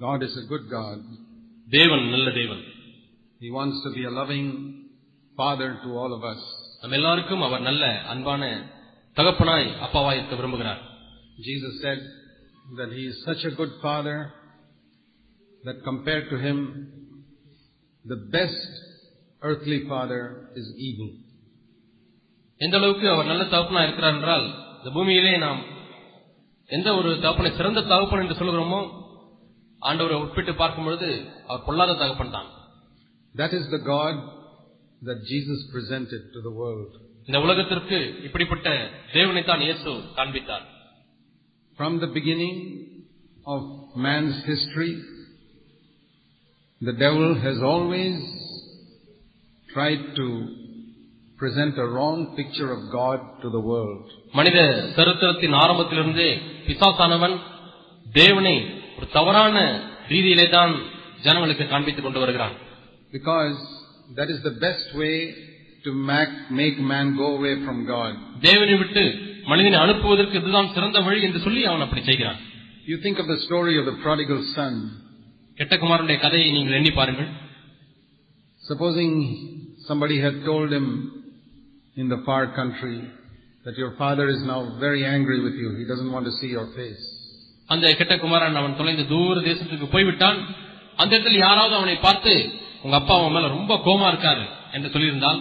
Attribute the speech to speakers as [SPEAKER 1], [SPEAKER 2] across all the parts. [SPEAKER 1] God is a good God.
[SPEAKER 2] தேவன் நல்ல தேவன்
[SPEAKER 1] He wants to be a loving Father to all of us.
[SPEAKER 2] நம்ம எல்லாருக்கும் அவர் நல்ல அன்பான தகப்பனாய் அப்பாவாய் இருக்க விரும்புகிறார்
[SPEAKER 1] Jesus said that He is such a good Father that compared to Him, the best earthly Father is evil.
[SPEAKER 2] எந்த அளவுக்கு அவர் நல்ல தகப்பனா இருக்கிறார் என்றால் இந்த பூமியிலே நாம் எந்த ஒரு தகப்பனை சிறந்த தகப்பன் என்று சொல்கிறோமோ ஆண்டவரை ஒப்பிட்டு பார்க்கும் பொழுது அவர் பொல்லாத தகப்பன் தான்
[SPEAKER 1] That is the God that Jesus presented to the world.
[SPEAKER 2] இந்த உலகத்திற்கு இப்படிப்பட்ட தேவனை தான் இயேசு காண்பித்தார்
[SPEAKER 1] From the beginning of man's history, the devil has always tried to present a wrong picture of God to the world.
[SPEAKER 2] மனித சரித்திரத்தின் ஆரம்பத்திலிருந்தே பிசாசானவன் தேவனை ஒரு தவறான ரீதியிலே தான் ஜனங்களுக்கு காண்பித்துக் கொண்டு வருகிறான்
[SPEAKER 1] Because that is the best way to make, make man go away from God.
[SPEAKER 2] தேவனை விட்டு மனிதனை அனுப்புவதற்கு இதுதான் சிறந்த வழி என்று சொல்லி அவன் அப்படி செய்கிறான்
[SPEAKER 1] You think of the story of the prodigal son.
[SPEAKER 2] கெட்ட குமாரனுடைய கதையை நீங்கள் எண்ணி பாருங்கள்
[SPEAKER 1] Supposing somebody had told him in the far country that your father is now very angry with you. He doesn't want to see your face.
[SPEAKER 2] அந்த கெட்ட குமாரன் அவன் தொலைந்து தூர தேசத்துக்கு போய்விட்டான் அந்த இடத்தில் யாராவது அவனை பார்த்து உங்க அப்பா அவன் மேல ரொம்ப கோமா இருக்காரு என்று சொல்லியிருந்தால்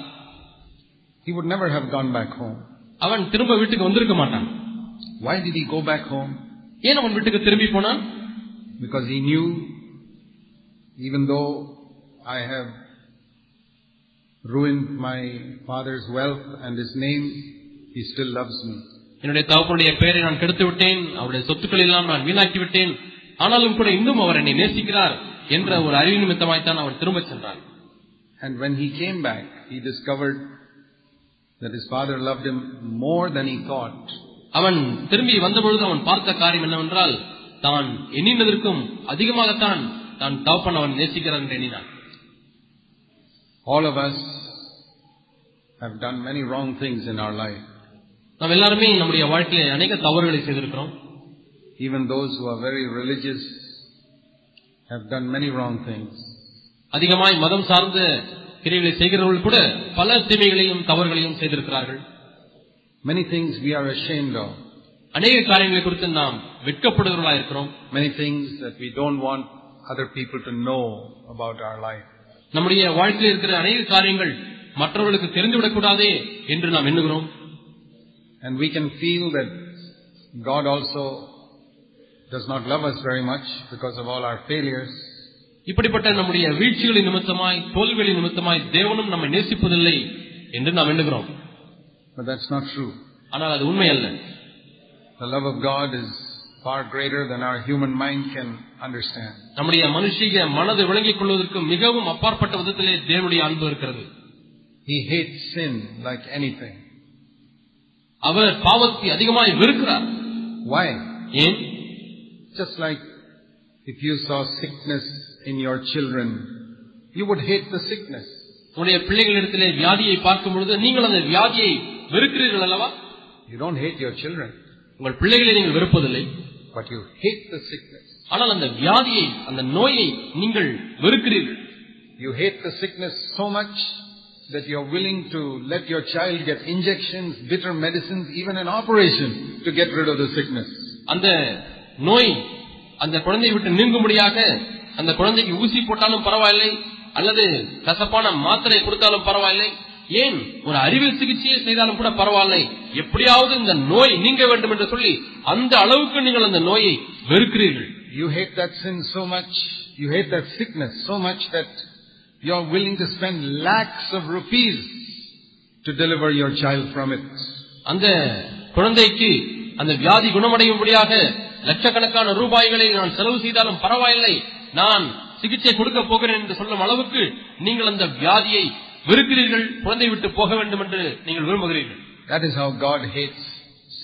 [SPEAKER 1] He would never have gone back home.
[SPEAKER 2] அவன் திரும்ப வீட்டுக்கு வந்திருக்க மாட்டான்
[SPEAKER 1] Why did he go back home?
[SPEAKER 2] ஏன் அவன் வீட்டுக்கு திரும்பி போனான்
[SPEAKER 1] Because he knew, even though I have ruined my father's wealth and his name, he still loves me.
[SPEAKER 2] என்னுடைய தகப்பனுடைய பெயரை நான் கெடுத்து விட்டேன் அவருடைய சொத்துக்கள் எல்லாம் நான் வீணாக்கி விட்டேன் ஆனாலும் கூட இன்னும் அவர் என்னை நேசிக்கிறார் என்ற ஒரு அறிவு நிமித்தமாய்த்தான் அவன் திரும்பச் சென்றான்
[SPEAKER 1] And when he came back, he discovered that his father loved him more than he thought.
[SPEAKER 2] அவன் திரும்பி வந்தபொழுது அவன் பார்த்த காரியம் என்னவென்றால் தான் எண்ணினதற்கும் அதிகமாகத்தான் தான் தகப்பன் அவன் நேசிக்கிறார் என்று எண்ணினான்
[SPEAKER 1] All of us have done many wrong things in our life,
[SPEAKER 2] நாம் எல்லாருமே நம்முடைய வாழ்க்கையில அநேக தவறுகளை செய்திருக்கிறோம்
[SPEAKER 1] even those who are very religious have done many wrong things.
[SPEAKER 2] அதிகமாய் மதம் சார்ந்த கிரியைகளை செய்கிறவர்கள் கூட பல தீமைகளையும் தவறுகளையும் செய்திருக்கிறார்கள்
[SPEAKER 1] Many things we are ashamed of,
[SPEAKER 2] அநேக காரியங்களை குறித்து நாம் வெட்கப்படுகிறவர்களாக இருக்கிறோம்
[SPEAKER 1] many things that we don't want other people to know about our life.
[SPEAKER 2] நம்முடைய வாழ்க்கையில் இருக்கிற அநேக காரியங்கள் மற்றவர்களுக்கு தெரிந்துவிடக்கூடாதே என்று நாம் எண்ணுகிறோம்
[SPEAKER 1] And we can feel that God also does not love us very much because of all our failures.
[SPEAKER 2] இப்படிப்பட்ட நம்முடைய வீழ்ச்சிகளின் நிமித்தமாய் தோல்விகளின் நிமித்தமாய் தேவனும் நம்மை நேசிப்பதில்லை என்று நாம் எண்ணுகிறோம்
[SPEAKER 1] But that's not true.
[SPEAKER 2] ஆனால் அது உண்மை அல்ல
[SPEAKER 1] The love of God is far greater than our human mind can understand.
[SPEAKER 2] நம்முடைய மனுஷிக மனதை விளங்கிக் கொள்வதற்கு மிகவும் அப்பாற்பட்ட விதத்திலே தேவனுடைய அன்பு இருக்கிறது
[SPEAKER 1] He hates sin like anything.
[SPEAKER 2] அவர் பாவத்தை அதிகமாய் வெறுக்கிறார்
[SPEAKER 1] Why?
[SPEAKER 2] ஏன்
[SPEAKER 1] Just like if you saw sickness in your children, you would hate the sickness.
[SPEAKER 2] உங்களுடைய பிள்ளைகளிடத்திலே வியாதியை பார்க்கும் பொழுது நீங்கள் அந்த வியாதியை வெறுக்கிறீர்கள் அல்லவா
[SPEAKER 1] You don't hate your children,
[SPEAKER 2] உங்கள் பிள்ளைகளை நீங்கள் வெறுப்பதில்லை
[SPEAKER 1] but you hate the sickness.
[SPEAKER 2] ஆனால் அந்த வியாதியை அந்த நோயை நீங்கள் வெறுக்கிறீர்கள்
[SPEAKER 1] You hate the sickness so much that you're willing to let your child get injections, bitter medicines, even an operation to get rid of the sickness.
[SPEAKER 2] அந்த நோய் அந்த குழந்தையை விட்டு நீங்கும்படியாக அந்த குழந்தைக்கு ஊசி போட்டாலும் பரவாயில்லை அல்லது கசப்பான மாத்திரை கொடுத்தாலும் பரவாயில்லை ஏன் ஒரு அறுவை சிகிச்சையை செய்தாலும் கூட பரவாயில்லை எப்படியாவது இந்த நோய் நீங்க வேண்டும் என்று சொல்லி அந்த அளவுக்கு நீங்கள் அந்த நோயை வெறுக்கிறீர்கள்
[SPEAKER 1] You hate that sin so much, you hate that sickness so much that you're willing to spend lakhs of rupees to deliver your child from it.
[SPEAKER 2] அந்த குழந்தைக்கு அந்த வியாதி குணமடையும்படியாக லட்சக்கணக்கான ரூபாய்களை நான் செலவு செய்தாலும் பரவாயில்லை நான் சிகிச்சை கொடுக்க போகிறேன் என்று சொல்லும் அளவுக்கு நீங்கள் அந்த வியாதியை வெறுக்கிறீர்கள் குழந்தை விட்டு போக வேண்டும் என்று நீங்கள் விரும்புகிறீர்கள்
[SPEAKER 1] That is how God hates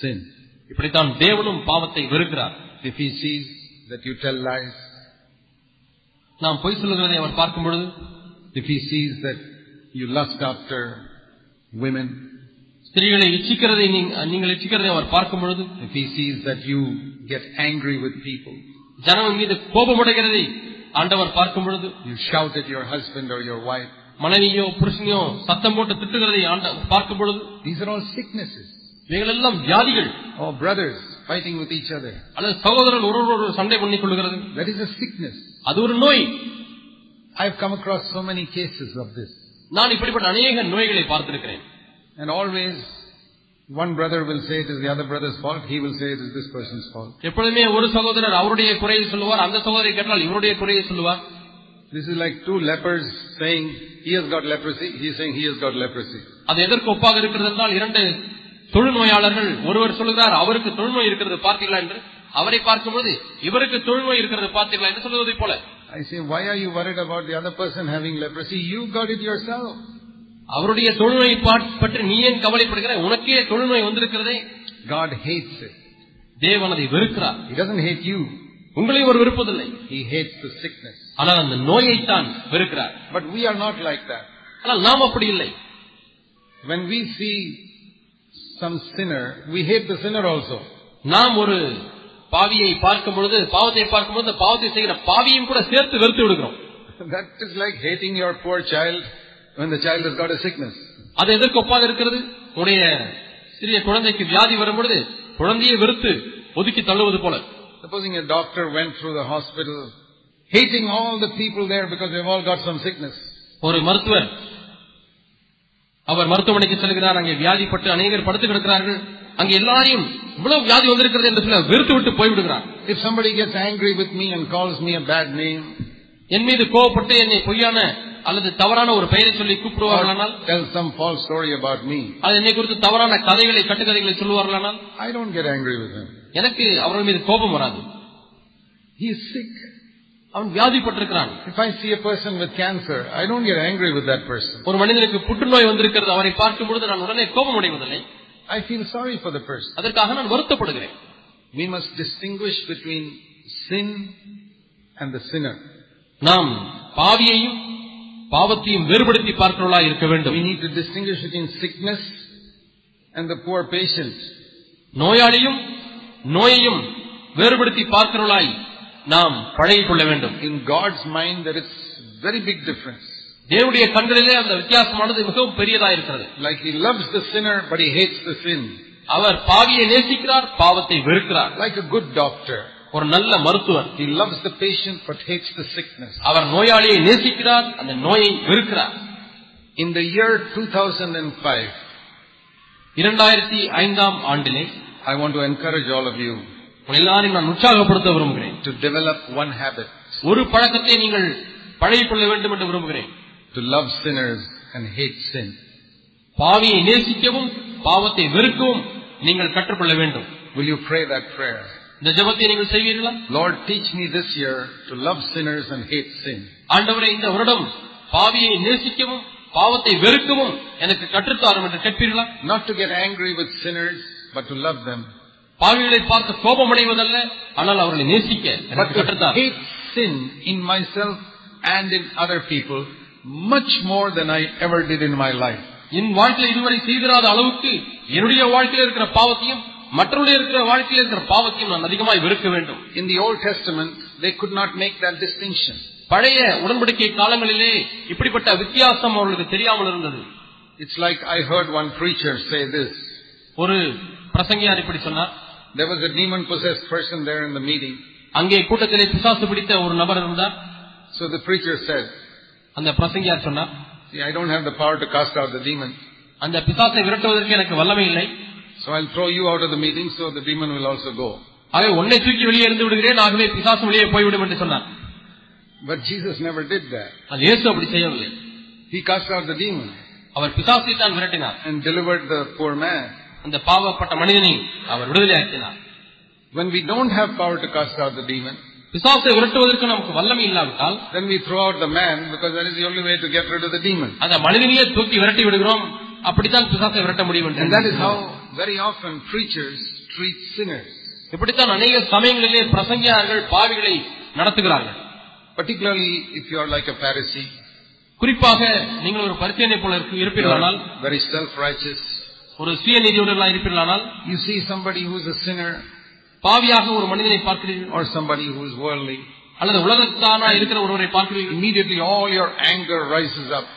[SPEAKER 1] sin.
[SPEAKER 2] இப்படித்தான் தேவனும் பாவத்தை வெறுக்கிறார்
[SPEAKER 1] If He sees that you tell lies,
[SPEAKER 2] நாம் பொய் சொல்லுகிறதை அவர் பார்க்கும் பொழுது
[SPEAKER 1] if He sees that you lust after women,
[SPEAKER 2] ஸ்திரீகளை இச்சிக்கிறதை நீங்க- நீங்கள் இச்சிக்கிறதை அவர் பார்க்கும் பொழுது
[SPEAKER 1] if He sees that you get angry with people,
[SPEAKER 2] ஜனங்கள் மீது கோபமுடைகிறதை ஆண்டவர் பார்க்கும் பொழுது
[SPEAKER 1] You shout at your husband or your wife.
[SPEAKER 2] மனைவியோ புருஷனையோ சத்தம் போட்டு திட்டுகிறதை ஆண்ட- பார்க்கும் பொழுது
[SPEAKER 1] These are all sicknesses.
[SPEAKER 2] இவைகளெல்லாம் வியாதிகள்
[SPEAKER 1] Or brothers fighting with each other.
[SPEAKER 2] அல்லது சகோதரர்கள் ஒருவர் ஒரு சண்டை பண்ணிக் கொள்கிறது
[SPEAKER 1] That is a sickness.
[SPEAKER 2] அது ஒரு நோய்
[SPEAKER 1] I've come across so many cases of this.
[SPEAKER 2] நான் இப்படிப்பட்ட அநேக நோய்களை பார்த்திருக்கிறேன்
[SPEAKER 1] And always one brother will say it is the other brother's fault, he will say it is this person's fault.
[SPEAKER 2] எப்பொழுதுமே ஒரு சகோதரர் அவருடைய குறையை சொல்லுவார் அந்த சகோதரி கேட்டால் இவருடைய குறையை சொல்லுவார்
[SPEAKER 1] This is like two lepers saying he has got leprosy, he is saying he has got leprosy.
[SPEAKER 2] அது எதற்கு ஒப்பாக இருக்கிறது என்றால் இரண்டு தொழுநோயாளர்கள் ஒருவர் சொல்கிறார் அவருக்கு தொழுநோய் இருக்கிறது பார்த்தீர்களா என்று அவரை பார்க்கும்போது இவருக்கு தொழுநோய் இருக்கிறது பார்த்தீர்களா என்று சொல்வதை போல
[SPEAKER 1] I say, why are you worried about the other person having leprosy? You got it yourself.
[SPEAKER 2] அவருடைய தொழுநோயை பாட்- பற்றி நீ ஏன் கவலைப்படுகிறாய் உனக்கே தொழுநோய் வந்திருக்கிறதே
[SPEAKER 1] God hates it.
[SPEAKER 2] தேவன் அதை வெறுக்கிறார்
[SPEAKER 1] He doesn't hate you.
[SPEAKER 2] உங்களையும் அவர் விருப்பதில்லை
[SPEAKER 1] He hates the sickness.
[SPEAKER 2] ஆனால் அந்த நோயைத்தான் வெறுக்கிறார்
[SPEAKER 1] But we are not like that.
[SPEAKER 2] ஆனால் நாம் அப்படி இல்லை
[SPEAKER 1] When we see some sinner, we hate the sinner also.
[SPEAKER 2] நாம் ஒரு பாவியை பார்க்கும் பொழுது பாவத்தை பார்க்கும் பொழுது அந்த பாவத்தை செய்கிற பாவியும் கூட சேர்த்து வெறுத்து விடுகிறோம்
[SPEAKER 1] That is like hating your poor child when the child has got a sickness.
[SPEAKER 2] அது எதற்கு ஒப்பாக இருக்கிறது உடைய சிறிய குழந்தைக்கு வியாதி வரும் பொழுது குழந்தையை வெறுத்து ஒதுக்கி தள்ளுவது போல
[SPEAKER 1] Supposing a doctor went through the hospital hating all the people there because they've all got some sickness.
[SPEAKER 2] ஒரு மருத்துவர் அவர் மருத்துவமனைக்கு செல்கிறார் அங்கே வியாதிப்பட்டு அநேகர் படுத்து கிடக்கிறார்கள் அங்கே எல்லாரையும் இவ்வளவு வியாதி வந்திருக்கிறது என்று சில வெறுத்து விட்டு போய்விடுகிறார்
[SPEAKER 1] If somebody gets angry with me and calls me a bad name
[SPEAKER 2] என் மீது கோவப்பட்டு என்னை பொய்யான அல்லது தவறான ஒரு பெயரை சொல்லி கூப்பிடுவார்களானால்
[SPEAKER 1] or tells some false story about me,
[SPEAKER 2] அது என்னை குறித்து தவறான கதைகளை கட்டுக்கதைகளை சொல்லுவார்களானால்
[SPEAKER 1] I don't get angry with him.
[SPEAKER 2] எனக்கு அவர்கள் மீது கோபம் வராது
[SPEAKER 1] He is sick.
[SPEAKER 2] அவன் வியாதிப்பட்டிருக்கிறான்
[SPEAKER 1] If I see a person with cancer, I don't get angry with that person.
[SPEAKER 2] ஒரு மனிதனுக்கு புற்றுநோய் வந்திருக்கிறது அவரை பார்க்கும் பொழுது நான் உடனே கோபம் அடைவதில்லை
[SPEAKER 1] I feel sorry for the person.
[SPEAKER 2] அதற்காக நான் வருத்தப்படுகிறேன்
[SPEAKER 1] We must distinguish between sin and the sinner.
[SPEAKER 2] நாம் பாவியையும் பாவத்தையும் வேறுபடுத்தி பார்க்கிறவர்களா இருக்க வேண்டும்
[SPEAKER 1] We need to distinguish between sickness and the poor patient.
[SPEAKER 2] நோயாளியும் நோயையும் வேறுபடுத்தி பார்க்கிறவர்களாய் நாம் பழகிக் கொள்ள வேண்டும்
[SPEAKER 1] In God's mind, there is very big difference.
[SPEAKER 2] தேவனுடைய கண்களிலே அந்த வித்தியாசமானது மிகவும் பெரியதாக இருக்கிறது
[SPEAKER 1] Like He loves the sinner, but He hates the sin.
[SPEAKER 2] அவர் பாவியை நேசிக்கிறார் பாவத்தை வெறுக்கிறார்
[SPEAKER 1] Like a good doctor,
[SPEAKER 2] ஒரு நல்ல மருத்துவர்
[SPEAKER 1] He loves the patient, but hates the sickness.
[SPEAKER 2] அவர் நோயாளியை நேசிக்கிறார் அந்த நோயை வெறுக்கிறார்
[SPEAKER 1] In the year 2005,
[SPEAKER 2] இரண்டாயிரத்தி ஐந்தாம் ஆண்டிலே
[SPEAKER 1] I want to encourage all of you
[SPEAKER 2] உங்கள் எல்லாரையும் நான் உற்சாகப்படுத்த விரும்புகிறேன்
[SPEAKER 1] to develop one habit
[SPEAKER 2] ஒரு பழக்கத்தை நீங்கள் பழகிக் கொள்ள வேண்டும் என்று விரும்புகிறேன்
[SPEAKER 1] to love sinners and hate sin.
[SPEAKER 2] பாவியை நேசிக்கவும் பாவத்தை வெறுக்கவும் நீங்கள் கற்றுக்கொள்ள வேண்டும்
[SPEAKER 1] Will you pray that prayer?
[SPEAKER 2] இந்த ஜெபத்தை நீங்கள் செய்வீர்களா
[SPEAKER 1] Lord, teach me this year to love sinners and hate sin.
[SPEAKER 2] ஆண்டவரே இந்த வருடம் பாவியை நேசிக்கவும் பாவத்தை வெறுக்கவும் எனக்கு கற்றுத்தாரும் என்று கேட்பீர்களா
[SPEAKER 1] Not to get angry with sinners, but to love them.
[SPEAKER 2] பாவிகளை பார்த்து கோபமடைவதல்ல ஆனால் அவர்களை நேசிக்க
[SPEAKER 1] But
[SPEAKER 2] எனக்கு
[SPEAKER 1] to
[SPEAKER 2] கற்றுத்தார்
[SPEAKER 1] hate sin in myself and in other people much more than I ever did in my life.
[SPEAKER 2] என் வாழ்க்கையில இதுவரை செய்திராத அளவுக்கு என்னுடைய வாழ்க்கையில இருக்கிற பாவத்தையும் மற்றவருடைய இருக்கிற வாழ்க்கையில இருக்கிற பாவத்தையும் நான் அதிகமாய் வெறுக்க வேண்டும்
[SPEAKER 1] In the Old Testament, they could not make that distinction.
[SPEAKER 2] பழைய உடன்படிக்கை காலங்களிலே இப்படிப்பட்ட வித்தியாசம் அவர்களுக்கு தெரியாமல் இருந்தது
[SPEAKER 1] It's like I heard one preacher say this.
[SPEAKER 2] ஒரு பிரசங்கியார் இப்படி சொன்னார்
[SPEAKER 1] There was a demon possessed person there in the meeting.
[SPEAKER 2] அங்கே கூட்டத்திலே பிசாசு பிடித்த ஒரு நபர் இருந்தார்
[SPEAKER 1] So the preacher said,
[SPEAKER 2] அந்த பிரசங்கியார் சொன்னார்
[SPEAKER 1] See, I don't have the power to cast out the demon.
[SPEAKER 2] அந்த பிசாசை விரட்டுவதற்கு எனக்கு வல்லமை இல்லை
[SPEAKER 1] So I'll throw you out of the meeting so the demon will also go.
[SPEAKER 2] ஆகவே உன்னை தூக்கி வெளியே இருந்து விடுகிறேன் ஆகவே பிசாசு வெளியே போய்விடும் என்று சொன்னார்
[SPEAKER 1] But Jesus never did that.
[SPEAKER 2] அது இயேசு அப்படி செய்யவில்லை
[SPEAKER 1] He cast out the demon
[SPEAKER 2] அவர் பிசாசை தான் விரட்டினார்
[SPEAKER 1] and delivered the poor man.
[SPEAKER 2] அந்த பாவப்பட்ட மனிதனை அவர் விடுதலை ஆக்கினார்
[SPEAKER 1] When we don't have power to cast out the demon,
[SPEAKER 2] பிசாசை விரட்டுவதற்கு நமக்கு வல்லமை இல்லாவிட்டால்
[SPEAKER 1] then we throw out the man because that is the only way to get rid of the demon.
[SPEAKER 2] அந்த மனிதனையே தூக்கி விரட்டி விடுகிறோம் அப்படித்தான் பிசாசை விரட்ட முடியும் என்று
[SPEAKER 1] And that is how very often preachers treat sinners,
[SPEAKER 2] இப்படித்தான் அநேக சமயங்களிலே பிரசங்கியார்கள் பாவிகளை நடத்துகிறார்கள்
[SPEAKER 1] particularly if you are like a Pharisee,
[SPEAKER 2] குறிப்பாக நீங்கள் ஒரு பரிச்சயனை போல இருக்கு-
[SPEAKER 1] you
[SPEAKER 2] இருப்பீர்களானால்
[SPEAKER 1] are very self-righteous.
[SPEAKER 2] ஒரு சுய நீதியுடலாம் இருப்பீர்களானால்
[SPEAKER 1] You see somebody who is a sinner
[SPEAKER 2] பாவியாக ஒரு மனிதனை பார்க்கிறீர்கள்
[SPEAKER 1] or somebody who is worldly,
[SPEAKER 2] அல்லது உலகத்தானா இருக்கிற ஒருவரை பார்க்கிறீர்கள்
[SPEAKER 1] immediately all your anger rises up.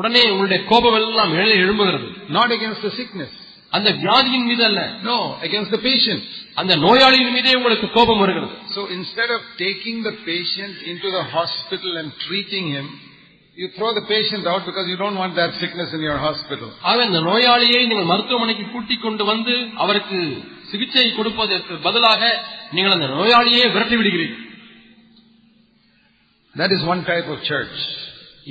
[SPEAKER 2] உடனே உங்களுடைய கோபம் எல்லாம் எழு- எழும்புகிறது
[SPEAKER 1] Not against the sickness.
[SPEAKER 2] அந்த வியாதியின் மீது அல்ல
[SPEAKER 1] No, against the patient.
[SPEAKER 2] அந்த நோயாளியின் மீதே உங்களுக்கு கோபம் வருகிறது
[SPEAKER 1] So instead of taking the patient into the hospital and treating him, you throw the patient out because you don't want that sickness in your hospital.
[SPEAKER 2] ஆக இந்த நோயாளியை நீங்கள் மருத்துவமனைக்கு கூட்டிக் கொண்டு வந்து அவருக்கு சிகிச்சை கொடுப்பதற்கு பதிலாக நீங்கள் அந்த நோயாளியே விரட்டி விடுகிறீர்கள்
[SPEAKER 1] That is one type of church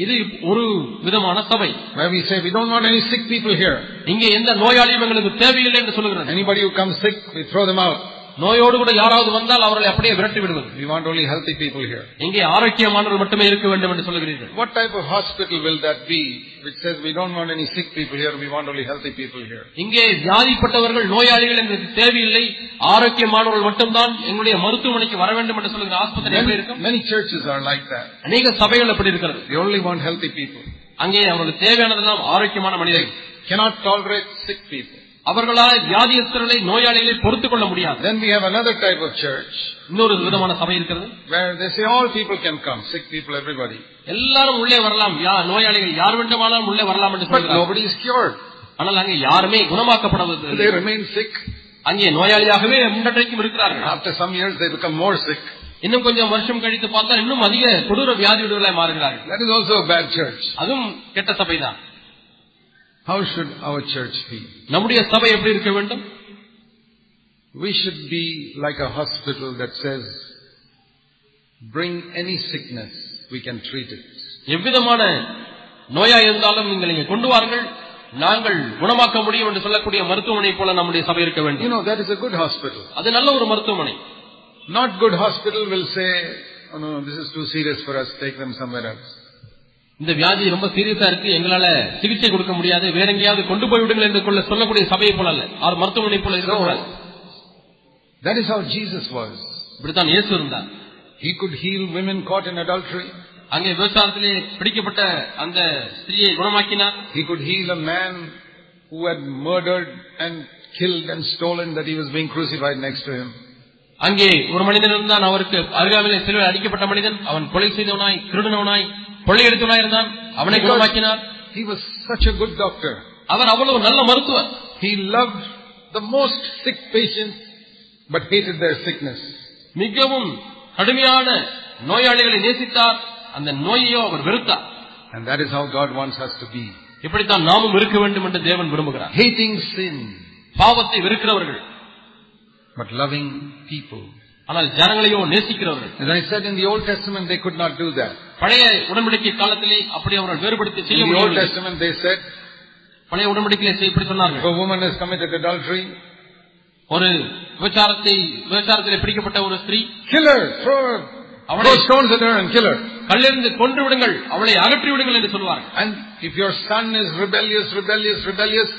[SPEAKER 2] இது ஒரு விதமான சபை
[SPEAKER 1] where we say we don't want any sick people here.
[SPEAKER 2] இங்கே எந்த நோயாளியும் எங்களுக்கு தேவையில்லை என்று சொல்கிறது
[SPEAKER 1] Anybody who comes sick, we throw them out.
[SPEAKER 2] நோயோடு கூட யாராவது வந்தால் அவர்களை அப்படியே விரட்டி விடுவது
[SPEAKER 1] We want only healthy people here.
[SPEAKER 2] இங்கே ஆரோக்கியமானவர் மட்டுமே இருக்க வேண்டும் என்று சொல்கிறீர்கள்
[SPEAKER 1] What type of hospital will that be which says we don't want any sick people here, we want only healthy people here?
[SPEAKER 2] இங்கே வியாதிப்பட்டவர்கள் நோயாளிகள் எங்களுக்கு தேவையில்லை ஆரோக்கியமானவர்கள் மட்டும்தான் எங்களுடைய மருத்துவமனைக்கு வர வேண்டும் என்று சொல்கிற ஆஸ்பத்திரி எப்படி
[SPEAKER 1] Many,
[SPEAKER 2] இருக்கும்
[SPEAKER 1] many churches are like that.
[SPEAKER 2] அநேக சபைகள் அப்படி இருக்கிறது
[SPEAKER 1] They only want healthy people.
[SPEAKER 2] அங்கே அவர்களுக்கு தேவையானதெல்லாம் ஆரோக்கியமான
[SPEAKER 1] They
[SPEAKER 2] மனிதர்கள்
[SPEAKER 1] cannot tolerate sick people.
[SPEAKER 2] அவர்களால் வியாதியஸ்தர்களை நோயாளிகளை பொறுத்துக் கொள்ள முடியாது
[SPEAKER 1] Then we have another type of church
[SPEAKER 2] இன்னொரு விதமான சபை இருக்கிறது
[SPEAKER 1] where they say all people can come, sick people, everybody.
[SPEAKER 2] Mm-hmm. எல்லாரும் உள்ளே வரலாம் யா- நோயாளிகள் யார் வேண்டுமானாலும் உள்ளே வரலாம் என்று
[SPEAKER 1] But
[SPEAKER 2] சொல்கிறார்கள்
[SPEAKER 1] nobody is cured.
[SPEAKER 2] ஆனால் அங்கே யாருமே
[SPEAKER 1] They
[SPEAKER 2] குணமாக்கப்படுவது
[SPEAKER 1] remain sick.
[SPEAKER 2] அங்கே நோயாளியாகவே முன்னற்றைக்கும் இருக்கிறார்கள்
[SPEAKER 1] After some years, they become more sick.
[SPEAKER 2] இன்னும் கொஞ்சம் வருஷம் கழித்து பார்த்தா இன்னும் அதிக கொடூர வியாதி விடுதலாய் மாறுகிறார்கள்
[SPEAKER 1] That is also a bad church.
[SPEAKER 2] அதுவும் கெட்ட சபைதான்
[SPEAKER 1] How should our church be?
[SPEAKER 2] நம்முடைய சபை எப்படி இருக்க வேண்டும்
[SPEAKER 1] We should be like a hospital that says, bring any sickness, we can treat it.
[SPEAKER 2] எவ்விதமான நோயா இருந்தாலும் நீங்கள் இங்கே கொண்டு வாருங்கள் நாங்கள் குணமாக்க முடியும் என்று சொல்லக்கூடிய மருத்துவமனை போல நம்முடைய சபை இருக்க
[SPEAKER 1] You
[SPEAKER 2] வேண்டும்
[SPEAKER 1] know, that is a good hospital.
[SPEAKER 2] அது நல்ல ஒரு மருத்துவமனை
[SPEAKER 1] Not good hospital will say, oh no, no, this is too serious for us, take them somewhere else.
[SPEAKER 2] இந்த வியாதி ரொம்ப சீரியஸா இருக்கு எங்களால சிகிச்சை கொடுக்க முடியாது வேற எங்கேயாவது கொண்டு போய் விடுங்கள் என்று கொள்ள சொல்லக்கூடிய சபையை போல அல்ல ஆறு மருத்துவமனை போல இருக்கக்கூடாது
[SPEAKER 1] That is how Jesus was.
[SPEAKER 2] இப்படித்தான் இயேசு இருந்தார்
[SPEAKER 1] He could heal women caught in adultery.
[SPEAKER 2] அங்கே விவசாயத்திலே பிடிக்கப்பட்ட அந்த ஸ்திரியை குணமாக்கினார்
[SPEAKER 1] He could heal a man who had murdered and killed and stolen that he was being crucified next to him.
[SPEAKER 2] அங்கே ஒரு மனிதன் இருந்தான் அவருக்கு அருகாமையிலே சிலுவை அடிக்கப்பட்ட மனிதன் அவன் கொலை செய்தவனாய் திருடனவனாய் கொள்ளையடித்தவனாய் இருந்தான் அவனை
[SPEAKER 1] Because
[SPEAKER 2] குணமாக்கினார்
[SPEAKER 1] He was such a good doctor.
[SPEAKER 2] அவர் அவ்வளவு நல்ல மருத்துவர்
[SPEAKER 1] He loved the most sick patients but hated their sickness.
[SPEAKER 2] மிகவும் கடுமையான நோயாளிகளை நேசித்தார் அந்த நோயையோ அவர் வெறுத்தார்
[SPEAKER 1] And that is how God wants us to be.
[SPEAKER 2] இப்படித்தான் நாமும் இருக்க வேண்டும் என்று தேவன் விரும்புகிறார்
[SPEAKER 1] Hating sin
[SPEAKER 2] பாவத்தை வெறுக்கிறவர்கள்
[SPEAKER 1] but loving people.
[SPEAKER 2] ஆனால் ஜனங்களையோ நேசிக்கிறவர்கள்
[SPEAKER 1] As I said in the Old Testament, they could not do that.
[SPEAKER 2] பழைய உடன்படிக்கை காலத்திலே அப்படி அவர்கள் வேறுபடுத்தி
[SPEAKER 1] In
[SPEAKER 2] செய்ய
[SPEAKER 1] the Old
[SPEAKER 2] முடியவில்லை
[SPEAKER 1] Testament, they said,
[SPEAKER 2] பழைய உடன்படிக்கையிலே செய்- இப்படி
[SPEAKER 1] if
[SPEAKER 2] சொன்னார்கள்
[SPEAKER 1] a woman has committed adultery,
[SPEAKER 2] ஒரு விபச்சாரத்தை விபச்சாரத்திலே பிடிக்கப்பட்ட ஒரு ஸ்திரீ
[SPEAKER 1] kill her, throw her,
[SPEAKER 2] அவளை-
[SPEAKER 1] throw stones at her and kill her.
[SPEAKER 2] கல்லெறிந்து கொன்று விடுங்கள் அவளை அகற்றி விடுங்கள் என்று சொல்வார்கள்
[SPEAKER 1] And if your son is rebellious, rebellious, rebellious,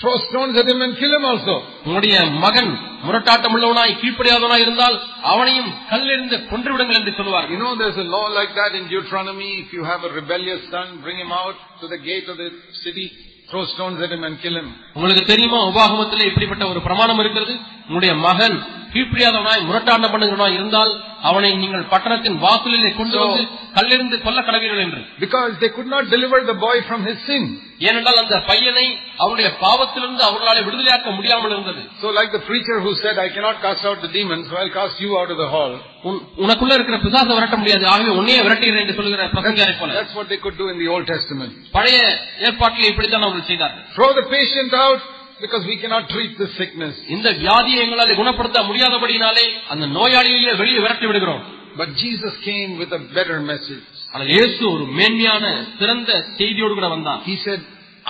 [SPEAKER 1] throw stones at him and kill him also.
[SPEAKER 2] உங்களுடைய மகன் முரட்டாட்டம் உள்ளவனாய் கீழ்ப்படியாதவனாய் இருந்தால் அவனையும் கல்லெறிந்து கொன்று விடுங்கள் என்று சொல்வார்கள்
[SPEAKER 1] You know there's a law like that in Deuteronomy. If you have a rebellious son, bring him out to the gate of the city, throw stones at him and kill him.
[SPEAKER 2] உங்களுக்கு தெரியுமா உபாகமத்திலே இப்படிப்பட்ட ஒரு பிரமாணம் இருக்கிறது உங்களுடைய மகன் கீழ்ப்படியாதவனாய் முரட்டாட்டம் பண்ணுகிறவனாய் இருந்தால் அவனை நீங்கள் பட்டணத்தின் வாசலிலே கொண்டு
[SPEAKER 1] So-
[SPEAKER 2] வந்து கல்லெறிந்து கொல்ல கடவீர்கள் என்று
[SPEAKER 1] Because they could not deliver the boy from his sin.
[SPEAKER 2] ஏனென்றால் அந்த பையனை அவருடைய பாவத்திலிருந்து அவர்களால் விடுதலையாக்க முடியாமல் இருந்தது
[SPEAKER 1] So like the preacher who said, I cannot cast out the demons, so I'll cast you out of the hall.
[SPEAKER 2] உன்- உனக்குள்ள இருக்கிற பிசாசை விரட்ட முடியாது ஆகவே உன்னையே விரட்டுகிறேன் என்று சொல்கிற பிரசங்கரை போல
[SPEAKER 1] That's what they could do in the Old Testament.
[SPEAKER 2] பழைய ஏற்பாட்டில் இப்படித்தான் அவர்கள் செய்தார்கள்
[SPEAKER 1] Throw the patient out because we cannot treat the sickness.
[SPEAKER 2] இந்த வியாதியை எங்களால் குணப்படுத்த முடியாதபடியினாலே அந்த நோயாளிகளையே வெளியே விரட்டி விடுகிறோம்
[SPEAKER 1] But Jesus came with a better message.
[SPEAKER 2] ஆனால் இயேசு ஒரு மேன்மையான சிறந்த செய்தியோடு கூட வந்தான்
[SPEAKER 1] He said,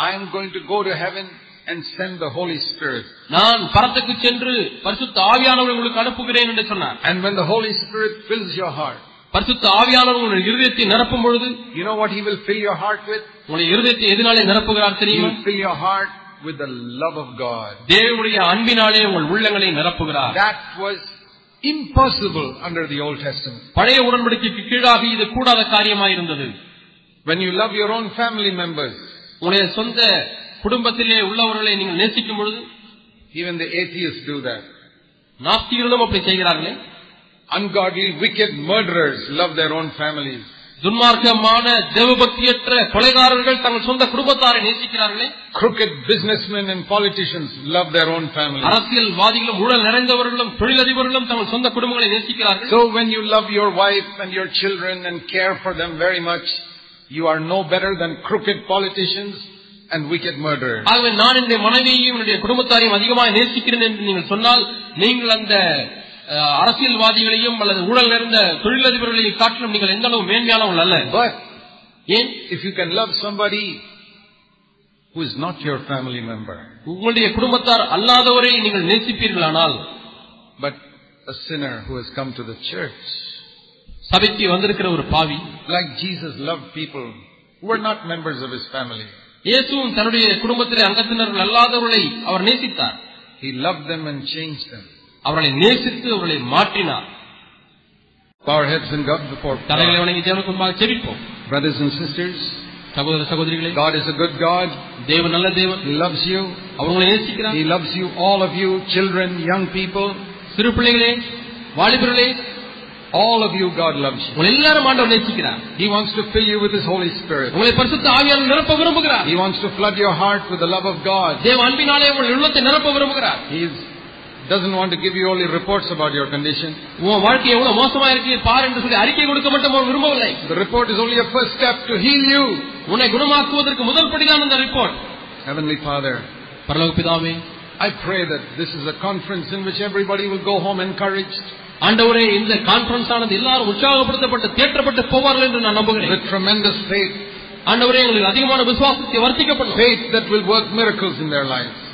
[SPEAKER 1] I am going to go to heaven and send the Holy Spirit.
[SPEAKER 2] நான் பரத்துக்கு சென்று பரிசுத்த ஆவியானவர் உங்களுக்கு அனுப்புகிறேன் என்று சொன்னார்
[SPEAKER 1] And when the Holy Spirit fills your heart,
[SPEAKER 2] பரிசுத்த ஆவியானவர் உங்களுடைய இருதயத்தை நிரப்பும் பொழுது
[SPEAKER 1] you know what He will fill your heart with?
[SPEAKER 2] உங்களுடைய இருதயத்தை எதனாலே நிரப்புகிறார்
[SPEAKER 1] He
[SPEAKER 2] தெரியுமா
[SPEAKER 1] will fill your heart with the love of God.
[SPEAKER 2] தேவனுடைய அன்பினாலே உங்கள் உள்ளங்களை நிரப்புகிறார்
[SPEAKER 1] That was impossible under the Old Testament.
[SPEAKER 2] பழைய உடன்படிக்கைக்கு கீழாக இது கூடாத காரியமாயிருந்தது
[SPEAKER 1] When you love your own family members,
[SPEAKER 2] உங்களுடைய சொந்த குடும்பத்திலே உள்ளவர்களை நீங்கள் நேசிக்கும் பொழுது
[SPEAKER 1] even the atheists do that.
[SPEAKER 2] நாஸ்திகளும் அப்படி செய்கிறார்களே
[SPEAKER 1] Ungodly, wicked murderers love their own families.
[SPEAKER 2] துன்மார்க்கமான தேவபக்தியற்ற கொலைகாரர்கள் தங்கள் சொந்த குடும்பத்தாரை நேசிக்கிறார்களே
[SPEAKER 1] Crooked businessmen and politicians love their own families.
[SPEAKER 2] அரசியல்வாதிகளும் ஊழல் நிறைந்தவர்களும் தொழிலதிபர்களும் தங்கள் சொந்த குடும்பங்களை நேசிக்கிறார்கள்
[SPEAKER 1] So when you love your wife and your children and care for them very much, you are no better than crooked politicians and wicked murderers.
[SPEAKER 2] ஆகவே நான் என்னுடைய மனைவியையும் என்னுடைய குடும்பத்தாரையும் அதிகமாக நேசிக்கிறேன் என்று நீங்கள் சொன்னால் நீங்கள் அந்த அஹ், அரசியல்வாதிகளையும் அல்லது ஊழல் நிறைந்த தொழிலதிபர்களையும் காட்டிலும் நீங்கள் எந்த அளவு மேன்மையானவர்கள் அல்ல
[SPEAKER 1] But
[SPEAKER 2] ஏன்
[SPEAKER 1] if you can love somebody who is not your family member,
[SPEAKER 2] உங்களுடைய குடும்பத்தார் அல்லாதவரை நீங்கள் நேசிப்பீர்களானால்
[SPEAKER 1] but a sinner who has come to the church,
[SPEAKER 2] சபைக்கு வந்திருக்கிற ஒரு பாவி
[SPEAKER 1] like Jesus loved people who were not members of his family.
[SPEAKER 2] இயேசுவும் தன்னுடைய குடும்பத்திலே அங்கத்தினர்கள் அல்லாதவர்களை அவர் நேசித்தார்
[SPEAKER 1] He loved them and changed them.
[SPEAKER 2] அவர்களை நேசித்து அவர்களை மாற்றினார்
[SPEAKER 1] Bow Our heads and God before
[SPEAKER 2] தலைகளை
[SPEAKER 1] God.
[SPEAKER 2] வணங்கி தேவனுக்கு முன்பாக ஜெபிப்போம்
[SPEAKER 1] Brothers and sisters,
[SPEAKER 2] சகோதர சகோதரிகளே
[SPEAKER 1] God is a good God.
[SPEAKER 2] தேவன் நல்ல தேவன்
[SPEAKER 1] He loves you.
[SPEAKER 2] அவர்களை நேசிக்கிறார்
[SPEAKER 1] He loves you, all of you, children, young people.
[SPEAKER 2] சிறு பிள்ளைகளே வாலிபர்களே
[SPEAKER 1] All of you, God loves you.
[SPEAKER 2] உங்களை எல்லாரும் ஆண்டவர் நேசிக்கிறார்
[SPEAKER 1] He wants to fill you with His Holy Spirit.
[SPEAKER 2] உங்களை பரிசுத்த ஆவியால் நிரப்ப விரும்புகிறார்
[SPEAKER 1] He wants to flood your heart with the love of God.
[SPEAKER 2] தேவ அன்பினாலே உங்கள் உள்ளத்தை நிரப்ப விரும்புகிறார்
[SPEAKER 1] He is, doesn't want to give you only reports about your condition.
[SPEAKER 2] உன் வாழ்க்கை எவ்வளவு மோசமா இருக்கு பார் என்று சொல்லி அறிக்கை கொடுக்க மட்டும் அவர் விரும்பவில்லை
[SPEAKER 1] The report is only a first step to heal you.
[SPEAKER 2] உன்னை குணமாக்குவதற்கு முதல் படிதான் அந்த ரிப்போர்ட்
[SPEAKER 1] Heavenly Father,
[SPEAKER 2] பரலோக பிதாவே
[SPEAKER 1] I pray that this is a conference in which everybody will go home encouraged,
[SPEAKER 2] ஆண்டவரே இந்த கான்ஃபரன்ஸ் ஆனது எல்லாரும் உற்சாகப்படுத்தப்பட்டு தேற்றப்பட்டு போவார்கள் என்று நான் நம்புகிறேன்
[SPEAKER 1] with tremendous faith,
[SPEAKER 2] ஆண்டவரே எங்களுக்கு அதிகமான விசுவாசத்தை வர்த்திக்க பண்ணும்
[SPEAKER 1] faith that will work miracles in their lives.